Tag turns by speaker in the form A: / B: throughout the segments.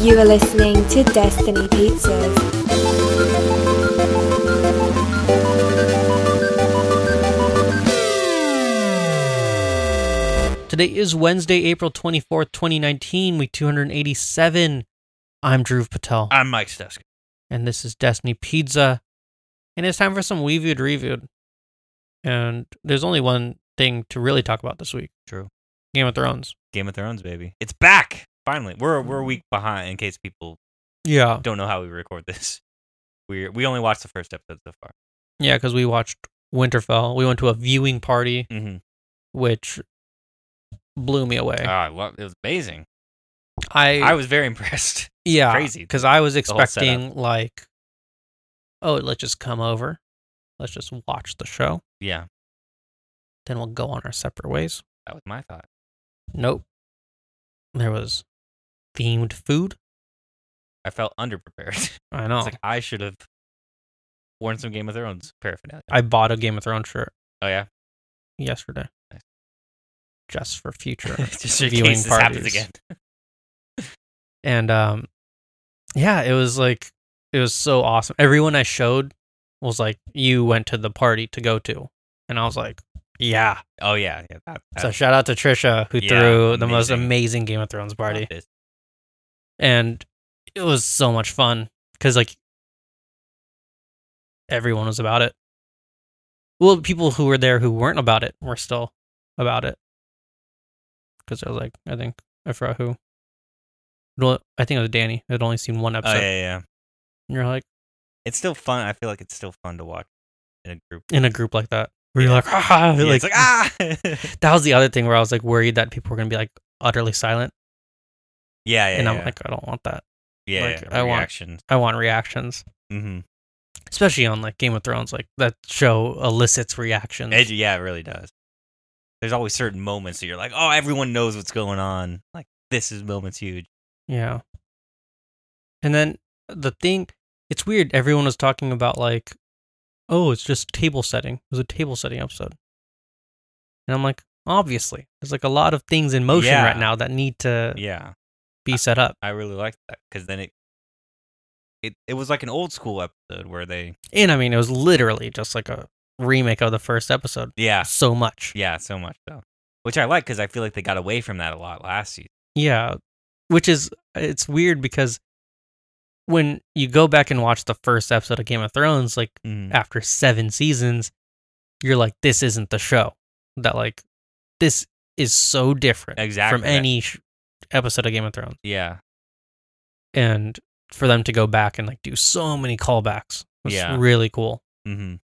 A: You are listening to Destiny Pizzas.
B: Today is Wednesday, April 24th, 2019, week 287. I'm Dhruv Patel,
C: I'm Mike Stesk.
B: and this is Destiny Pizza. And it's time for some We Viewed Reviewed. And there's only one thing to really talk about this week
C: True.
B: Game of Thrones.
C: Game of Thrones, baby. It's back. Finally. We're we're a week behind in case people
B: Yeah.
C: don't know how we record this. We we only watched the first episode so far.
B: Yeah, because we watched Winterfell. We went to a viewing party,
C: Mm-hmm.
B: which blew me away.
C: Ah, I love it was amazing.
B: I,
C: Uh, I was very impressed.
B: yeah,
C: crazy,
B: Because I was
C: whole setup.
B: expecting, like, oh, let's just come over. Let's just watch the show.
C: Yeah,
B: then we'll go on our separate ways.
C: that was my thought.
B: Nope. There was themed food.
C: I felt underprepared.
B: I know.
C: It's like I should have worn some Game of Thrones paraphernalia.
B: I bought a Game of Thrones shirt
C: oh yeah.
B: yesterday.
C: Nice.
B: Just for future.
C: Just in
B: Viewing
C: case this happens
B: parties.
C: again.
B: and um yeah, it was like it was so awesome. Everyone I showed was like, You went to the party to go to. And I was like, Yeah.
C: Oh yeah. yeah that,
B: So shout out to Trisha who
C: Yeah,
B: threw the most
C: amazing.
B: amazing Game of Thrones
C: that-
B: party.
C: this-
B: and it was so much fun because like everyone was about it well people who were there who weren't about it were still about it because i was like i think i forgot who well, i think it was danny i'd only seen one
C: Oh
B: episode
C: yeah, yeah, yeah.
B: and you're like
C: It's still fun. I feel like it's still fun to watch in a group.
B: in a group like that where you're
C: Yeah.
B: like ah
C: Yeah,
B: like,
C: it's like ah.
B: that was the other thing where i was like worried that people were gonna be like utterly silent
C: Yeah, yeah.
B: and i'm
C: yeah.
B: like i don't want that
C: yeah,
B: like,
C: yeah,
B: I want-
C: reaction.
B: i want reactions
C: mm-hmm.
B: especially on like game of thrones like that show elicits reactions
C: Edgy, yeah, it really does. There's always certain moments that you're like, oh, everyone knows what's going on. Like this is moments huge.
B: Yeah. And then the thing, it's weird. Everyone was talking about like, oh, it's just table setting. It was a table setting episode. And I'm like, obviously, there's like a lot of things in motion
C: Yeah.
B: right now that need to
C: Yeah,
B: be set up.
C: I really liked that because then it, it it was like an old school episode where they
B: And I mean, it was literally just like a remake of the first episode.
C: yeah
B: So much.
C: yeah so much so, which I like because I feel like they got away from that a lot last season.
B: Yeah. Which is, it's weird because when you go back and watch the first episode of Game of Thrones, like, after seven seasons, you're like, this isn't the show. That like, this is so different
C: Exactly.
B: from any sh- episode of Game of Thrones.
C: Yeah,
B: And for them to go back and like do so many callbacks was
C: Yeah.
B: really cool.
C: mm-hmm.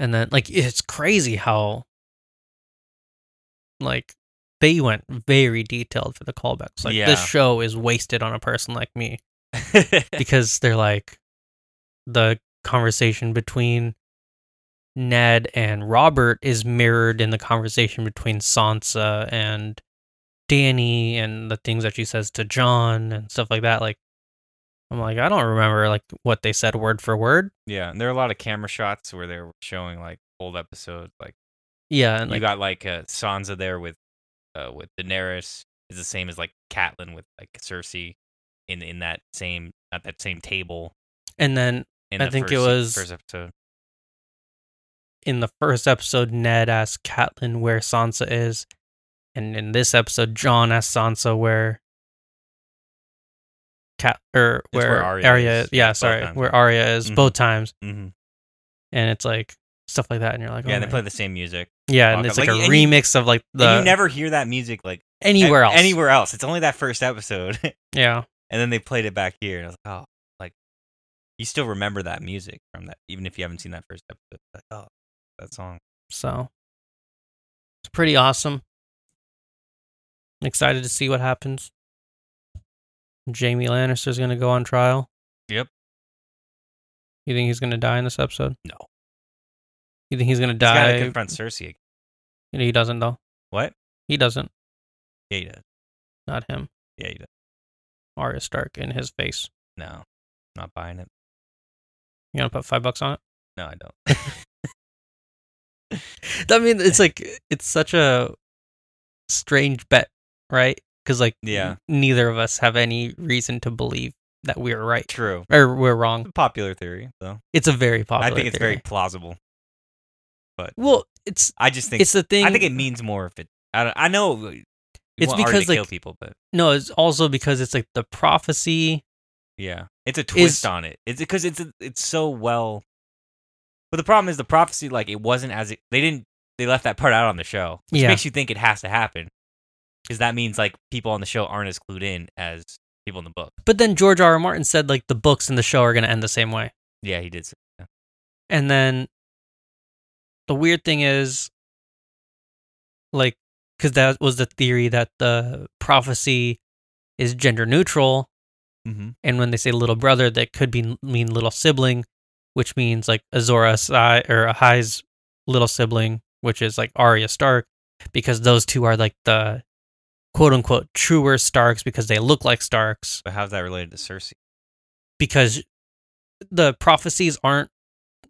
B: And then like, it's crazy how like they went very detailed for the callbacks. Like this
C: Yeah.
B: show is wasted on a person like me. because they're like the conversation between Ned and Robert is mirrored in the conversation between Sansa and Danny and the things that she says to John and stuff like that. Like I'm like, I don't remember like what they said word for word.
C: yeah, and there are a lot of camera shots where they're showing like old episodes like.
B: Yeah, and
C: you
B: like
C: got like uh, Sansa there with uh, with Daenerys is the same as like Catelyn with like Cersei in in that same at that same table.
B: and then
C: In
B: I
C: the
B: think
C: first, e,
B: it was-
C: first episode.
B: in the first episode Ned asks Catelyn where Sansa is. And in this episode, John asks Sansa where Cat or
C: It's where
B: where,
C: Arya
B: Arya
C: is.
B: is. Yeah,
C: Both
B: sorry,
C: times.
B: where Arya is
C: Mhm.
B: both times,
C: Mm-hmm.
B: and it's like stuff like that, and you're like, oh
C: Yeah, and they
B: my-
C: play the same music.
B: yeah, and
C: Fuck
B: it's
C: up.
B: like,
C: Like,
B: a
C: and you-
B: remix of like
C: And
B: the
C: you never hear that music like a-
B: anywhere else,
C: Anywhere else. It's only that first episode, and
B: yeah,
C: then they played it back here. And I was like, oh, like you still remember that music from that, even if you haven't seen that first episode. Like, oh, that song.
B: so it's pretty awesome. I'm excited to see what happens. Jamie Lannister's gonna go on trial.
C: Yep.
B: You think he's gonna die in this episode?
C: No.
B: You think he's gonna
C: He's
B: die?
C: gotta confront Cersei. Again.
B: He doesn't though.
C: What?
B: He doesn't.
C: Yeah, he does.
B: Not him.
C: Yeah, he does.
B: Arya Stark in his face.
C: No, not buying it.
B: You gonna put five bucks on it?
C: No, I don't.
B: I mean, it's like it's such a strange bet, right? because like
C: Yeah.
B: neither of us have any reason to believe that we're right
C: True.
B: or we're wrong.
C: Popular theory, though.
B: It's a very popular.
C: I think it's
B: theory.
C: very plausible.
B: well. It's
C: I just think
B: it's the thing.
C: I think it means more if it. I, don't, I know we
B: It's
C: want art
B: because,
C: to
B: like-
C: kill people, but
B: no. It's also because it's like the prophecy.
C: yeah, it's a twist on it. It's because it's it's so well. But the problem is the prophecy. Like it wasn't as it, they didn't they left that part out on the show, which
B: Yeah.
C: makes you think it has to happen, because that means like people on the show aren't as clued in as people in the book.
B: But then George R. R. Martin said like the books and the show are going to end the same way.
C: Yeah, he did. say-
B: And then the weird thing is, like, because that was the theory that the prophecy is gender neutral. And when they say little brother, that could be mean little sibling, which means like Azora Ahai or Ahai's little sibling, which is like Arya Stark, because those two are like the quote unquote truer Starks because they look like Starks
C: But how's that related to Cersei?
B: because the prophecies aren't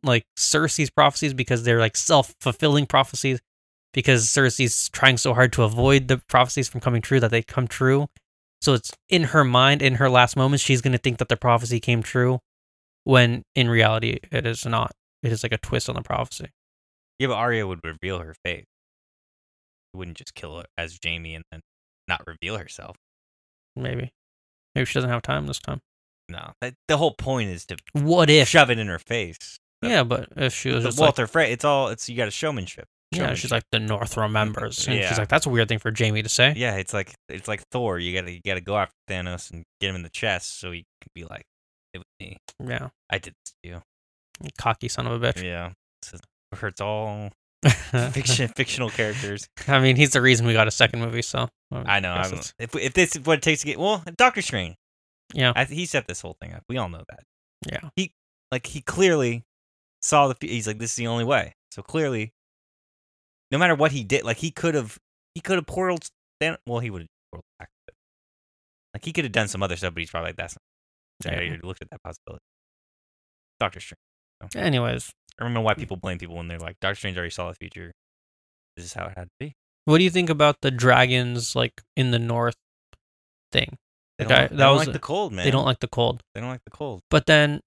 B: like Cersei's prophecies because they're like self fulfilling prophecies because Cersei's trying so hard to avoid the prophecies from coming true that they come true. So it's in her mind, in her last moments, she's going to think that the prophecy came true when in reality it is not. It is like a twist on the prophecy.
C: Yeah, but Arya would reveal her faith. She wouldn't just kill her as Jamie and then not reveal herself.
B: Maybe. Maybe she doesn't have time this time.
C: No, that, the whole point is to
B: What if?
C: shove it in her face.
B: Yeah, but if she was
C: It's
B: just
C: a Walter Frey. It's all. It's you got a showmanship.
B: like, yeah, she's
C: Showmanship.
B: like, the North remembers. And
C: Yeah.
B: she's like, that's a weird thing for Jamie to say.
C: yeah. It's like it's like Thor. You gotta you gotta go after Thanos and get him in the chest so he can be like, it was me.
B: Yeah.
C: I did this to you.
B: Cocky son of a bitch.
C: Yeah, it's, it hurts all fiction fictional characters.
B: I mean, he's the reason we got a second movie. So
C: I know.
B: guess
C: I'm,
B: it's-
C: if if this is what it takes to get well, Doctor Strange.
B: Yeah.
C: I, he set this whole thing up. We all know that.
B: Yeah.
C: He like he clearly saw the. He's like, this is the only way. So clearly, no matter what he did, like he could have he could have portaled. Than- well, he would have portaled back. But, like he could have done some other stuff, but he's probably like that's. Not, I
B: Yeah.
C: already looked at that possibility. Doctor Strange.
B: Anyways,
C: I don't know
B: Hmm.
C: why people blame people when they're like, Doctor Strange already saw the future. This is how it had to be.
B: what do you think about the dragons like in the north thing?
C: They
B: Like,
C: don't,
B: I-
C: like- they
B: that
C: don't
B: was-
C: like the cold, man.
B: They don't like the cold,
C: They don't like the cold.
B: but then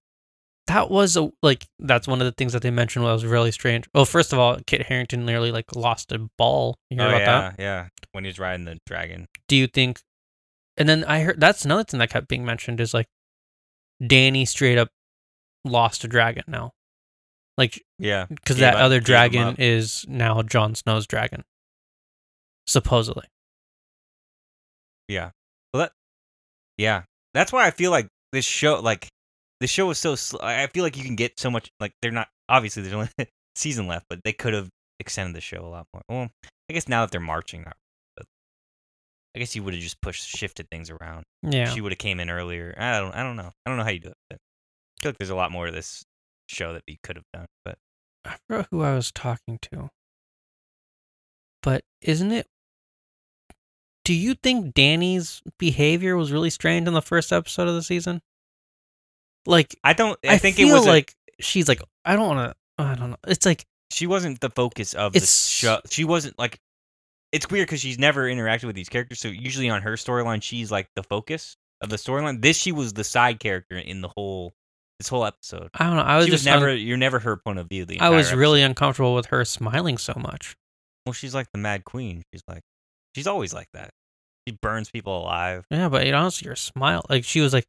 B: that was a like that's one of the things that they mentioned was really strange. Well, first of all, Kit Harrington nearly like lost a ball. You hear
C: oh
B: about
C: yeah,
B: that?
C: yeah. When he's riding the dragon,
B: Do you think? And then I heard that's another thing that kept being mentioned is like Danny straight up lost a dragon now, like
C: yeah,
B: because
C: Gave
B: that
C: up-
B: other
C: gave him
B: dragon
C: up.
B: is now Jon Snow's dragon, supposedly.
C: Well, that, yeah, that's why I feel like this show, like this show is so. Sl- I I feel like you can get so much. Like they're not obviously there's only season left, but they could have extended the show a lot more. Well, I guess now that they're marching, not- but I guess you would have just pushed shifted things around.
B: Yeah,
C: She would have came in earlier. I don't. I don't know. I don't know how you do it. But I feel like there's a lot more to this show that you could have done, but
B: I forgot who I was talking to, but isn't it? Do you think Danny's behavior was really strange in the first episode of the season? Like,
C: I don't. I, think
B: feel
C: it was a-
B: like she's like, I don't want to. I don't know. It's like,
C: she wasn't the focus of the
B: It's-
C: show. She wasn't like it's weird because she's never interacted with these characters. So usually on her storyline, she's like the focus of the storyline. This she was the side character in the whole this whole episode.
B: I don't know. I was
C: she
B: just
C: was never you're never her point of view. The
B: I
C: entire
B: was really
C: episode.
B: uncomfortable with her smiling so much.
C: well. She's like the Mad Queen. She's like she's always like that. She burns people alive.
B: Yeah, but it honestly, her smile, like she was like,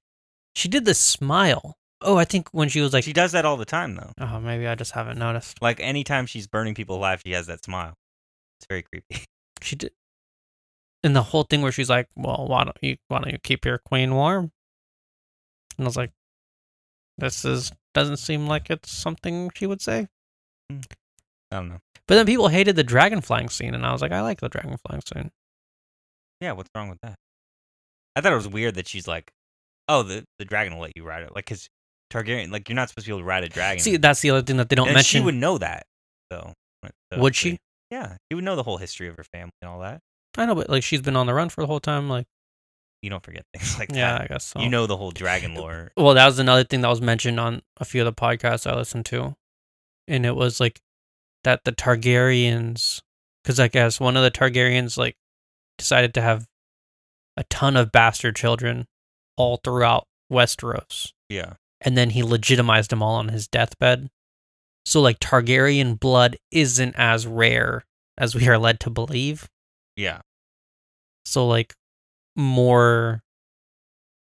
B: she did this smile. Oh, I think when she was like,
C: she does that all the time though.
B: oh, maybe I just haven't noticed.
C: Like anytime she's burning people alive, she has that smile. It's very creepy.
B: She did, and the whole thing where she's like, well, why don't you, why don't you keep your queen warm? And I was like, this is doesn't seem like it's something she would say.
C: I don't know.
B: But then people hated the dragon flying scene, and I was like, I like the dragon flying scene.
C: Yeah, what's wrong with that? I thought it was weird that she's like, "Oh, the the dragon will let you ride it," like because Targaryen, like you're not supposed to be able to ride a dragon.
B: See, that's the other thing that they don't
C: and
B: mention.
C: she would know that though. So,
B: would she?
C: Yeah, she would know the whole history of her family and all that.
B: I know, but like she's been on the run for the whole time. Like,
C: You don't forget things like
B: yeah,
C: that.
B: I guess so.
C: You know the whole dragon lore.
B: well that was another thing that was mentioned on a few of the podcasts i listened to and it was like that the targaryens because i guess one of the targaryens like decided to have a ton of bastard children all throughout Westeros.
C: Yeah.
B: And then he legitimized them all on his deathbed. So, like, Targaryen blood isn't as rare as we are led to believe.
C: Yeah.
B: So, like, more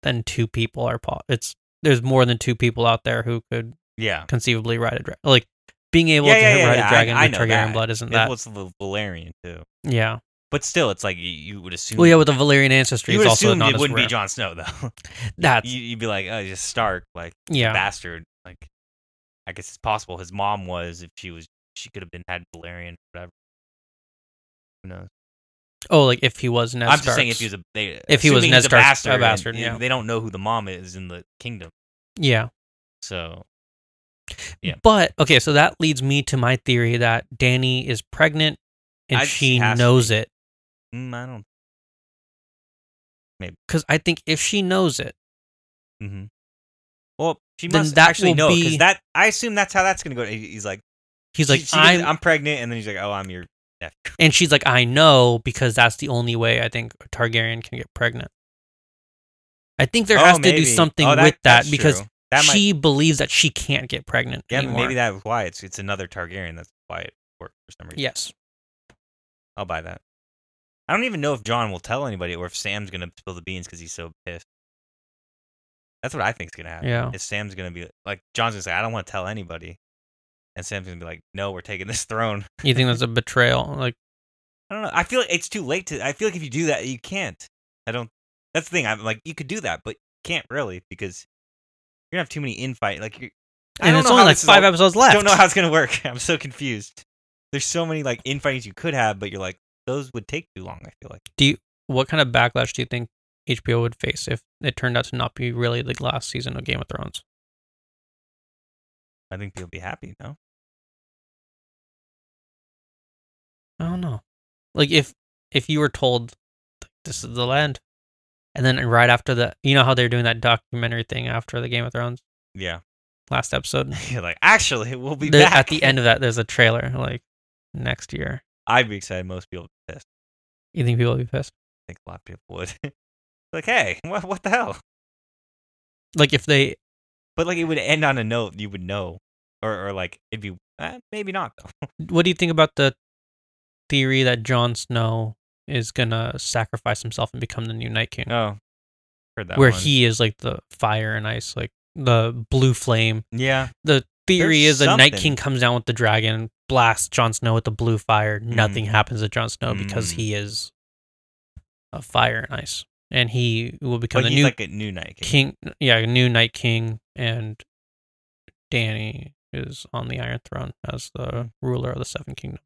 B: than two people are po- it's there's more than two people out there who could
C: Yeah.
B: conceivably ride a dragon. Like being able
C: Yeah,
B: to
C: yeah,
B: hit
C: yeah,
B: ride
C: yeah, I-
B: a dragon
C: I
B: with
C: know
B: Targaryen
C: that.
B: blood isn't
C: It
B: that?
C: was the Valerian too.
B: yeah.
C: But still, it's like you, you would assume.
B: Well, yeah, with the Valyrian ancestry,
C: you
B: it's
C: would
B: also
C: assume
B: not
C: it
B: as
C: wouldn't
B: rare.
C: be Jon Snow though.
B: That's
C: you, you'd be like, oh, he's just Stark, like
B: yeah,
C: bastard. Like, I guess it's possible his mom was if she was she could have been had Valerian, whatever. Who knows?
B: Oh, like if he was Ned
C: I'm just saying if
B: Stark's.
C: he was a they,
B: If he was
C: assuming
B: Ned
C: he's a
B: Stark, a
C: bastard, and-
B: bastard,
C: and
B: yeah.
C: they don't know who the mom is in the kingdom,
B: yeah.
C: so Yeah.
B: But okay, so that leads me to my theory that Danny is pregnant and
C: I- she
B: she
C: has to
B: knows
C: be.
B: it.
C: mm, I don't.
B: Because I think if she knows it,
C: hmm Well, she
B: Then
C: must
B: that
C: actually
B: will
C: know because
B: be-
C: that I assume that's how that's gonna go. He- He's like,
B: he's like,
C: she- she goes,
B: I'm,
C: I'm pregnant, and then he's like, oh, I'm your nephew.
B: and she's like, I know because that's the only way I think a Targaryen can get pregnant. I think there
C: Oh,
B: has to do
C: maybe.
B: something
C: Oh,
B: with that
C: that's
B: because
C: true. that might,
B: she believes that she can't get pregnant
C: yeah,
B: anymore.
C: maybe that's why it's it's another Targaryen. That's why it worked for some reason.
B: Yes.
C: I'll buy that. I don't even know if John will tell anybody or if Sam's gonna spill the beans because he's so pissed. That's what I think's gonna happen.
B: Yeah.
C: If Sam's gonna be like, John's gonna say, I don't want to tell anybody, and Sam's gonna be like, No, we're taking this throne.
B: You think that's a betrayal? Like,
C: I don't know. I feel like it's too late to. I feel like if you do that, you can't. I don't. That's the thing. I'm like, you could do that, but you can't really because you're gonna have too many infight. Like, you're, I
B: and
C: don't
B: it's
C: know
B: only
C: how
B: like
C: this is
B: five
C: all-
B: episodes left.
C: I don't know how it's gonna work. I'm so confused. There's so many like infightings you could have, but you're like, those would take too long. I feel like.
B: what kind of backlash do you think HBO would face if it turned out to not be really the last season of Game of Thrones?
C: I think people be happy. No.
B: I don't know. Like if if you were told this is the land, and then right after the, you know how they're doing that documentary thing after the Game of Thrones
C: Yeah.
B: last episode.
C: You're like, actually, we'll be
B: There-
C: back
B: at the end of that, there's a trailer like next year.
C: I'd be excited. Most people would be pissed.
B: You think people will be pissed?
C: I think a lot of people would. like, hey, what, what the hell?
B: Like if they
C: But like, it would end on a note you would know, or or like it'd be eh, maybe not though.
B: what do you think about the theory that Jon Snow is gonna sacrifice himself and become the new Night King,
C: Oh, heard that.
B: where
C: one.
B: he is like the fire and ice, like the blue flame.
C: yeah,
B: The theory
C: There's
B: is the Night
C: something.
B: King comes down with the dragon, blasts Jon Snow with the blue fire.
C: Hmm.
B: Nothing happens to Jon Snow because
C: Mm.
B: he is a fire and ice, and he will become the
C: but he's
B: new
C: like a new Night King.
B: King. Yeah, new Night King, and Danny is on the Iron Throne as the ruler of the Seven Kingdoms.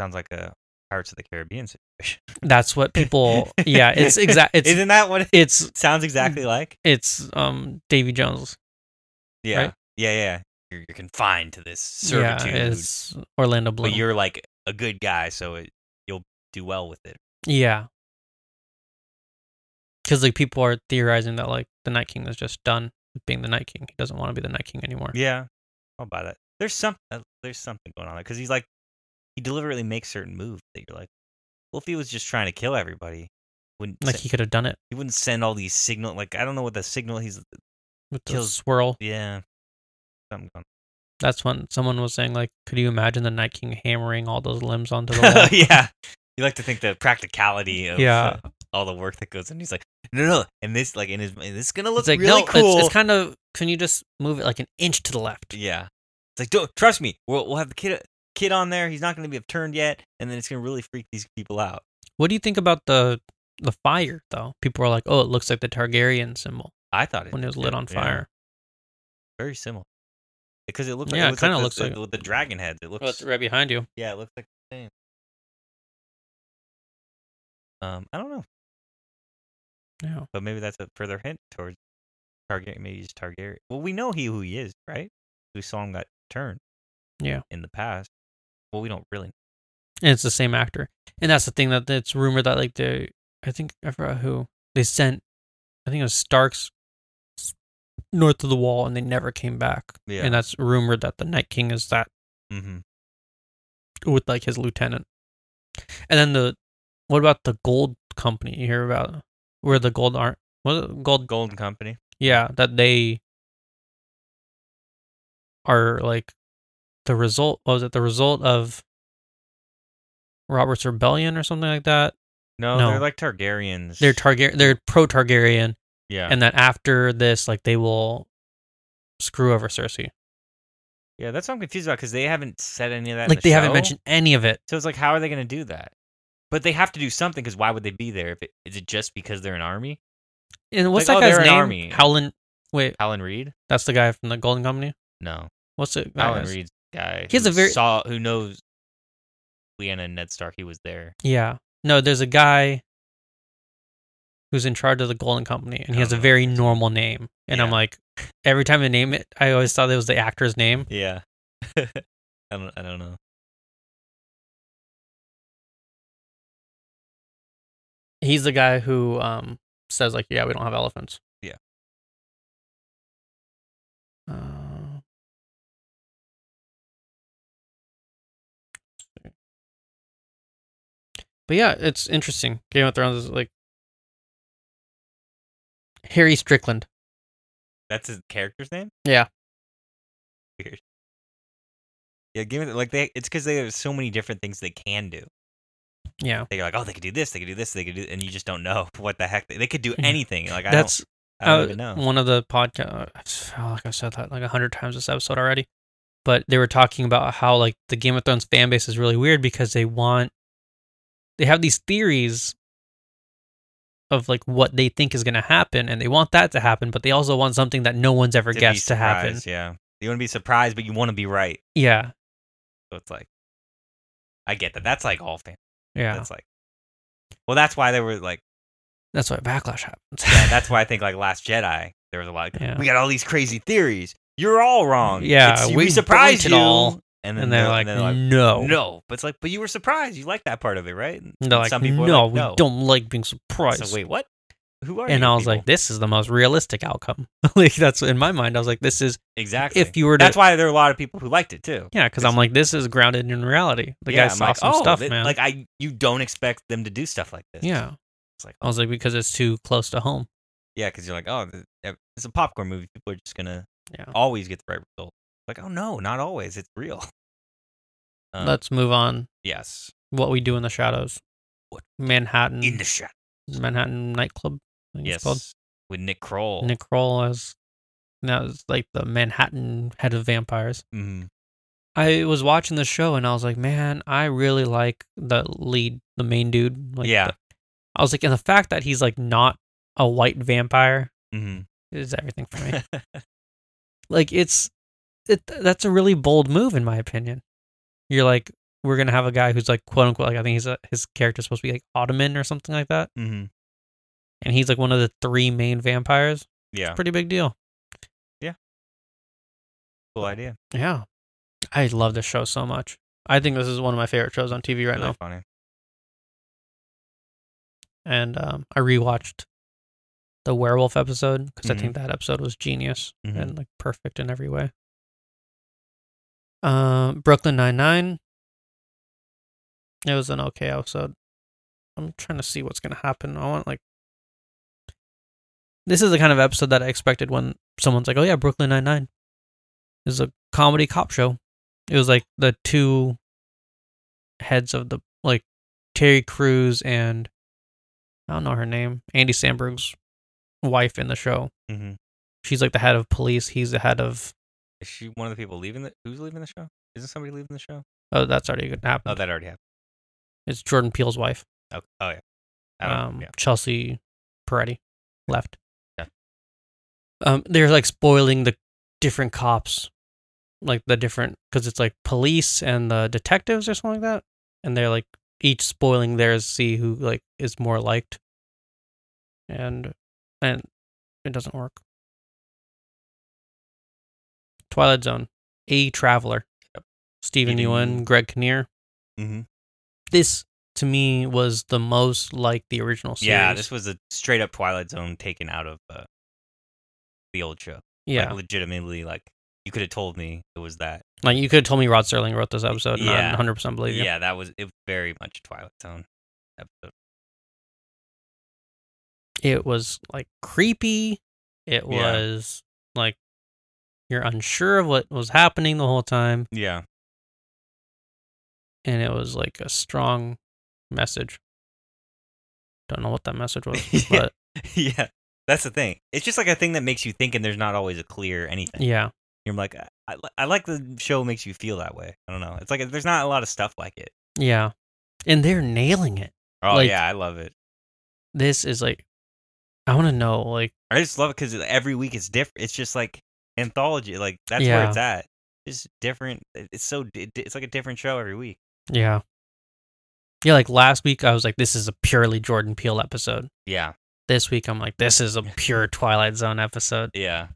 C: Sounds like a Pirates of the Caribbean situation.
B: That's what people. yeah, it's exact. It's Mm.
C: Isn't that what it
B: it's
C: sounds exactly like?
B: it's um Davy Jones.
C: Yeah,
B: Right?
C: yeah, yeah. You're, you're confined to this
B: Yeah,
C: servitude,
B: it's Orlando Bloom.
C: but you're like a good guy, so it, you'll do well with it.
B: yeah, because like people are theorizing that like the Night King is just done with being the Night King. He doesn't want to be the Night King anymore.
C: Yeah, I'll buy that. There's some uh, there's something going on there because he's like he deliberately makes certain moves that you're like, well, if he was just trying to kill everybody, wouldn't
B: Like
C: se-
B: he could have done it
C: he wouldn't send all these signal. Like I don't know what the signal he's
B: with the
C: Kills-
B: swirl.
C: yeah. Something going
B: That's when someone was saying like, could you imagine the Night King hammering all those limbs onto the wall?
C: yeah. You like to think the practicality of
B: Yeah.
C: uh, all the work that goes in. He's like, no, no, no. and this like, and, his, and this is gonna look
B: It's like
C: really
B: no,
C: cool.
B: it's, it's kind of. Can you just move it like an inch to the left?
C: yeah, it's like, don't trust me. We'll we'll have the kid kid on there. He's not gonna be upturned yet, and then it's gonna really freak these people out.
B: What do you think about the the fire though? People are like, "Oh, it looks like the Targaryen symbol
C: I thought it
B: when it was
C: did,
B: lit on
C: yeah.
B: fire."
C: very similar because it looked like
B: Yeah,
C: it
B: it
C: looks
B: kinda
C: like
B: looks
C: the,
B: like
C: the, the dragon heads. It looks
B: Oh, it's right behind you.
C: yeah, it looks like the same. Um, I don't know,
B: Yeah.
C: but maybe that's a further hint towards Targaryen. Maybe he's Targaryen. Well, we know he who he is, right? We saw him got turned.
B: Yeah.
C: in the past. Well, we don't really.
B: And it's the same actor. And that's the thing that it's rumored that like the I think I forgot who they sent. I think it was Starks s- north of the wall, and they never came back.
C: Yeah.
B: And that's rumored that the Night King is that
C: Mm-hmm.
B: with like his lieutenant. And then the What about the gold company you hear about? Where the gold aren't was it gold?
C: Golden Company.
B: Yeah, that they are like the result. what Was it the result of Robert's rebellion or something like that?
C: No,
B: No.
C: they're like Targaryens.
B: They're Targaryen. They're pro Targaryen,
C: yeah,
B: and that after this, like they will screw over Cersei.
C: yeah. That's what I'm confused about because they haven't said any of that. in
B: Like
C: the
B: they haven't
C: show.
B: mentioned any of it.
C: So it's like, how are they going to do that? But they have to do something because why would they be there? If it, is it just because they're an army?
B: And what's
C: Like,
B: that
C: oh, they're
B: guy's
C: an
B: name?
C: army.
B: Howland. Wait,
C: Alan Reed?
B: that's the guy from the Golden Company.
C: No,
B: What's it?
C: Alan Reed's guy.
B: He has
C: who
B: a very-
C: saw who knows. Lyanna and Ned Stark. He was there.
B: Yeah. No, there's a guy who's in charge of the Golden Company, and
C: I
B: he has
C: don't
B: a
C: know
B: very normal name. And I'm
C: Yeah.
B: like, every time I name it, I always thought it was the actor's name.
C: Yeah. I don't. I don't know.
B: He's the guy who um, says like, "Yeah, we don't have elephants."
C: Yeah.
B: Uh, but yeah, it's interesting. Game of Thrones is like Harry Strickland.
C: That's his character's name.
B: Yeah.
C: Weird. Yeah, give it like they. It's because they have so many different things they can do.
B: Yeah.
C: They're like, oh, they could do this, they could do this, they could do, and you just don't know what the heck they, they could do.
B: Yeah.
C: Anything. Like I
B: That's
C: don't. I don't
B: uh,
C: even know.
B: one of the podcast. I just feel like I've said that like a hundred times this episode already, but they were talking about how like the Game of Thrones fan base is really weird because they want they have these theories of like what they think is going to happen, and they want that to happen, but they also want something that no one's ever
C: to be
B: guessed to happen.
C: surprised, Yeah, you want to be surprised, but you want to be right.
B: Yeah,
C: So it's like, I get that. That's like all fans.
B: yeah. That's,
C: That's like, well, that's why they were like.
B: why backlash happens.
C: Yeah, that's why I think like Last Jedi, there was a lot. Of,
B: Yeah. Mm,
C: We got all these crazy theories. You're all wrong.
B: Yeah,
C: It's-
B: we
C: we surprised
B: built
C: you
B: it all.
C: And
B: and,
C: then
B: they're,
C: they'll-
B: like,
C: and they're
B: no,
C: no. But it's like, but you were surprised. You like that part of it, right? And
B: And they're like,
C: some people are
B: no,
C: like,
B: we
C: no.
B: don't like being
C: So
B: surprised.
C: wait, what? Who are you?
B: and I was
C: people?
B: like, this is the most realistic outcome. like that's in my mind. I was like, this is
C: exactly.
B: if you were to
C: that's why there are a lot of people who liked it too.
B: Yeah, because I'm like, this is grounded in reality. The
C: yeah,
B: guy
C: I'm
B: saw
C: like,
B: some
C: oh,
B: stuff,
C: that-
B: man.
C: Like I, you don't expect them to do stuff like this.
B: yeah,
C: It's like, "Oh."
B: I was like, because it's too close to home.
C: yeah, because you're like, oh, th- yeah, it's a popcorn movie. People are just gonna
B: Yeah.
C: always get the right result. Like, oh no, not always. It's real. Um,
B: Let's move on.
C: yes.
B: What we do in the shadows.
C: What?
B: Manhattan?
C: In the shadow.
B: Manhattan nightclub. I think mm, it's
C: Yes. Oh.
B: called.
C: With Nick Kroll.
B: Nick Kroll as now it's like the Manhattan head of vampires.
C: Mhm.
B: I was watching the show and I was like, man, I really like the lead, the main dude. Like
C: Yeah.
B: the- I was like, and the fact that he's like not a white vampire
C: Mhm.
B: is everything for me. like it's it, that's a really bold move in my opinion you're like we're gonna have a guy who's like quote unquote like i think he's a, his character's supposed to be like ottoman or something like that
C: Mhm.
B: and he's like one of the three main vampires
C: Yeah.
B: pretty big deal
C: Cool idea.
B: yeah i love this show so much i think this is one of my favorite shows on tv right
C: really
B: now
C: funny.
B: and um, i rewatched the werewolf episode because
C: Mhm.
B: i think that episode was genius
C: Mhm.
B: and like perfect in every way um brooklyn 99 it was an okay episode i'm trying to see what's gonna happen i want like this is the kind of episode that i expected when someone's like oh yeah brooklyn 99 is a comedy cop show it was like the two heads of the like terry Crews and i don't know her name andy sandberg's wife in the show
C: Mm-hmm.
B: she's like the head of police. He's the head of
C: Is she one of the people leaving the? Who's leaving the show? Isn't somebody leaving the show?
B: oh, that's already gonna happen.
C: Oh, that already happened.
B: it's Jordan Peele's wife,
C: Oh, oh yeah. I don't know.
B: um,
C: yeah.
B: Chelsea Peretti, left.
C: Yeah.
B: Um, they're like spoiling the different cops, like the different because it's like police and the detectives or something like that, and they're like each spoiling theirs, see who like is more liked, and and it doesn't work. Twilight Zone, A Traveler,
C: Yep.
B: Stephen
C: Stephen
B: Ewan,
C: Ewan.
B: Greg Kinnear.
C: Mm-hmm.
B: this to me was the most like the original series.
C: Yeah. This was a straight up Twilight Zone taken out of uh, the old show.
B: yeah.
C: Like,
B: Like,
C: legitimately, like you could have told me it was that.
B: you could have told me Rod Sterling wrote this episode, and
C: Yeah.
B: I 100 percent believe you.
C: Yeah, that was it. was Very much Twilight Zone episode.
B: it was like creepy. It
C: Yeah.
B: was like you're unsure of what was happening the whole time,
C: Yeah.
B: and it was like a strong message. Don't know what that message was,
C: Yeah.
B: but
C: yeah. That's the thing. It's just like a thing that makes you think, and there's not always a clear anything.
B: yeah,
C: You're like, I, I, li- I like the show makes you feel that way. I don't know. It's like there's not a lot of stuff like it.
B: yeah, and they're nailing it.
C: Oh
B: Like-
C: yeah, I love it.
B: This is like, I want to know, like,
C: I just love it because every week it's different. It's just like anthology. Like that's where
B: Yeah.
C: it's at. It's different. it- It's so. di- di- It's like a different show every week.
B: yeah, yeah. Like last week, I was like, this is a purely Jordan Peele episode.
C: Yeah.
B: This week, I'm like, this is a pure Twilight Zone episode.
C: Yeah.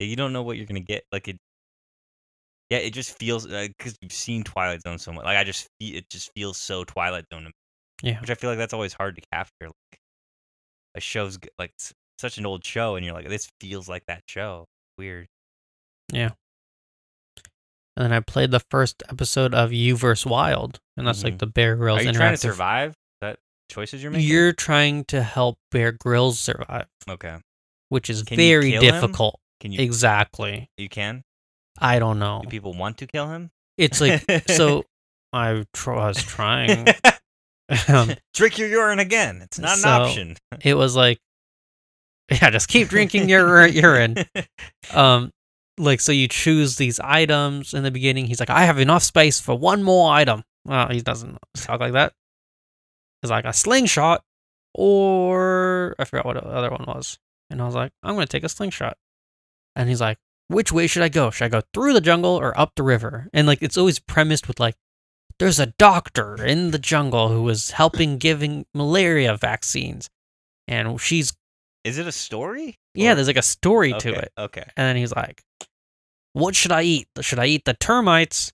C: Yeah, You don't know what you're gonna get. Like it. Yeah, it just feels because you've seen Twilight Zone so much. Like I just, fe- it just feels so Twilight Zone, to me,
B: Yeah,
C: which I feel like that's always hard to capture. Like a show's g- like s- such an old show, and you're like, this feels like that show. Weird.
B: and then I played the first episode of You vs Wild, and that's like
C: Mhm.
B: the Bear Grylls
C: Are you
B: interactive.
C: trying to survive? Is that choices you're making?
B: You're trying to help Bear Grylls survive,
C: okay.
B: which is
C: Can you
B: very
C: kill him?
B: difficult.
C: Can you?
B: Exactly.
C: you can.
B: I don't know.
C: Do people want to kill him?
B: It's like so. I tr- I was trying. um,
C: Drink your urine again. It's not
B: So-
C: an option.
B: it was like, yeah, just keep drinking your ur- urine. Um, like so, you choose these items in the beginning. He's like, I have enough space for one more item. Well, he doesn't talk like that. It's like a slingshot, or I forgot what the other one was. And I was like, I'm gonna take a slingshot. And he's like, Which way should I go? Should I go through the jungle or up the river? And like, it's always premised with like, there's a doctor in the jungle who is helping giving malaria vaccines, and she's
C: Is it a story?
B: yeah,
C: Or-
B: there's like a story
C: okay,
B: to it.
C: Okay.
B: And then he's like, What should I eat? Should I eat the termites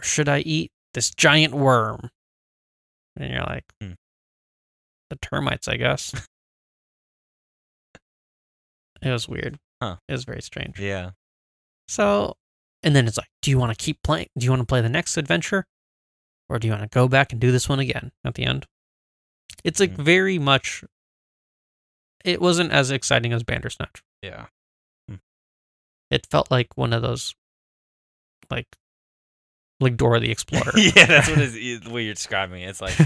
B: or should I eat this giant worm? And you're like,
C: Hmm.
B: The termites, I guess. it was weird.
C: Huh.
B: It was very strange.
C: Yeah.
B: So, and then it's like, Do you want to keep playing? Do you want to play the next adventure or do you want to go back and do this one again at the end? It's like
C: Hmm.
B: very much, it wasn't as exciting as Bandersnatch.
C: Yeah.
B: It felt like one of those, like, like Dora the Explorer.
C: yeah, that's what it is, the way you're describing it. It's like,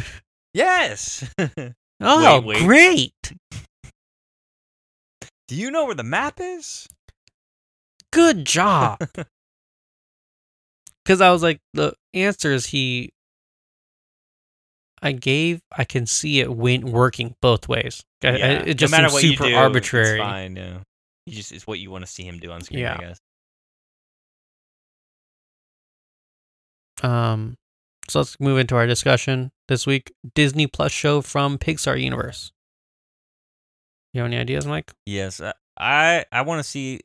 C: yes. Do
B: oh,
C: Wait, wait.
B: great!
C: you know where the map is?
B: Good job. Because I was like, the answers he, I gave, I can see it went working both ways. I- I-
C: Yeah.
B: Uh, it just
C: no matter
B: seems
C: what
B: super
C: you do,
B: arbitrary.
C: It's fine. Yeah. You just it's what you want to see him do on screen.
B: Yeah.
C: I guess.
B: Um, so let's move into our discussion this week. Disney Plus show from Pixar Universe. You have any ideas, Mike?
C: Yes. I I, I want to see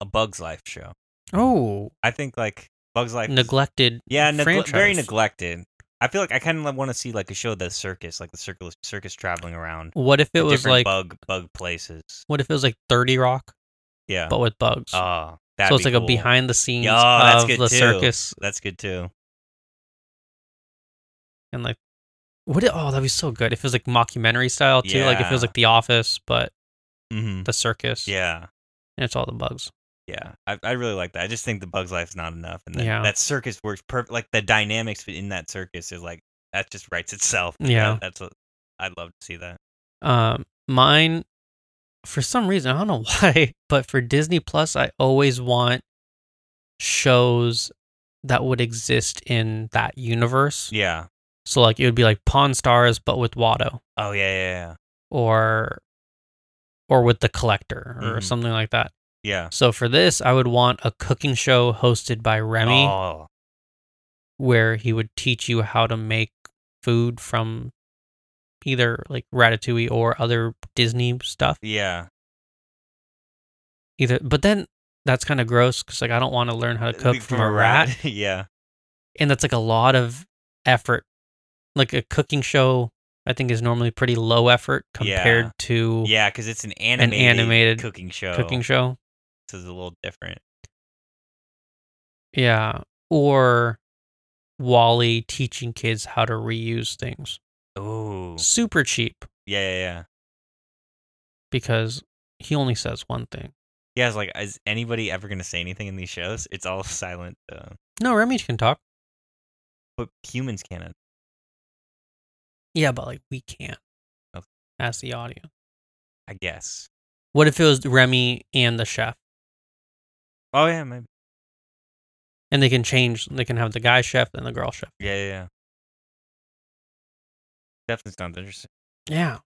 C: a Bugs Life show.
B: Oh,
C: I think like Bugs Life. is-
B: neglected.
C: Yeah, negle- very
B: franchise.
C: neglected. I feel like I kind of want to see like a show of the circus, like the circus circus traveling around.
B: What if it
C: the
B: was
C: different
B: like
C: bug bug places.
B: what if it was like Thirty Rock
C: Yeah.
B: but with bugs?
C: Ah,
B: so
C: that'd
B: it's
C: be
B: like a
C: cool.
B: behind the scenes
C: Yeah, that's
B: of
C: good
B: the
C: too.
B: circus
C: That's good too.
B: and like what? It, oh, that'd be so good if it was like mockumentary style too. Like if it was
C: Yeah.
B: like The Office but
C: hmm
B: the circus.
C: Yeah,
B: and it's all the bugs.
C: yeah. I, I really like that. I just think the Bugs Life's not enough, and that,
B: Yeah.
C: that circus works perfect. Like the dynamics in that circus is like that just writes itself.
B: Yeah.
C: That- that's. A, I'd love to see that.
B: Um, mine for some reason I don't know why, but for Disney Plus I always want shows that would exist in that universe.
C: Yeah.
B: So like it would be like Pawn Stars but with Watto.
C: Oh yeah, yeah,
B: or or with the collector or
C: Mhm.
B: something like that.
C: yeah.
B: So for this, I would want a cooking show hosted by
C: yeah.
B: Remy
C: Oh,
B: where he would teach you how to make food from either like Ratatouille or other Disney stuff.
C: yeah.
B: Either but then that's kind of gross cuz like I don't want to learn how to cook
C: Like
B: from, a rat.
C: yeah.
B: and that's like a lot of effort. Like a cooking show I think is normally pretty low effort
C: Yeah.
B: compared to
C: Yeah, because it's an animated,
B: animated
C: cooking show.
B: cooking show.
C: so it's a little different.
B: Yeah. Or Wally teaching kids how to reuse things.
C: Ooh.
B: Super cheap.
C: Yeah, yeah, yeah.
B: because he only says one thing.
C: Yeah, it's like, is anybody ever gonna say anything in these shows? It's all silent. Uh,
B: No, Remy can talk.
C: but humans cannot.
B: Yeah, but like we can't.
C: Okay.
B: As the audience.
C: I guess.
B: What if it was Remy and the chef?
C: Oh yeah, maybe.
B: And they can change they can have the guy chef and the girl chef.
C: Yeah, yeah. yeah. Definitely sounds interesting.
B: Yeah.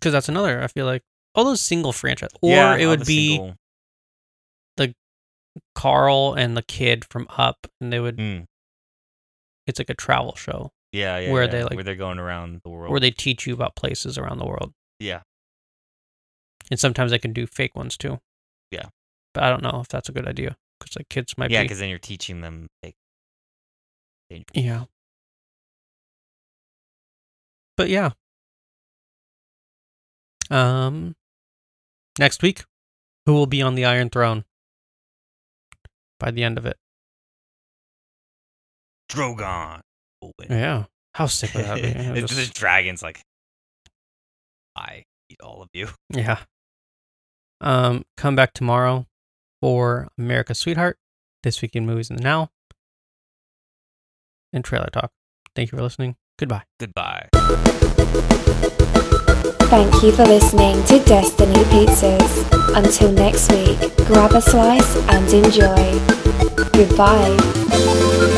B: Cause that's another I feel like all those single franchise. Or
C: yeah,
B: it
C: all
B: would
C: the
B: be
C: single-
B: Carl and the kid from Up and they would
C: Mm.
B: it's like a travel show
C: yeah, yeah,
B: where
C: yeah,
B: they, like-
C: where they're going around the world.
B: where they teach you about places around the world.
C: yeah,
B: And sometimes they can do fake ones too.
C: Yeah.
B: But I don't know if that's a good idea because like kids might
C: yeah,
B: be.
C: because then you're teaching them. Like,
B: Yeah. But yeah. Um next week, who will be on the Iron Throne by the end of it?
C: Drogon. Oh, wait.
B: Yeah. How sick would that be? Yeah,
C: It's
B: just-
C: the dragon's like, I eat all of you.
B: yeah. Um come back tomorrow for America's Sweetheart, This Week in Movies and the Now. And trailer talk. Thank you for listening. Goodbye.
C: Goodbye.
A: Thank you for listening to Destiny Pizzas. Until next week, grab a slice and enjoy. Goodbye.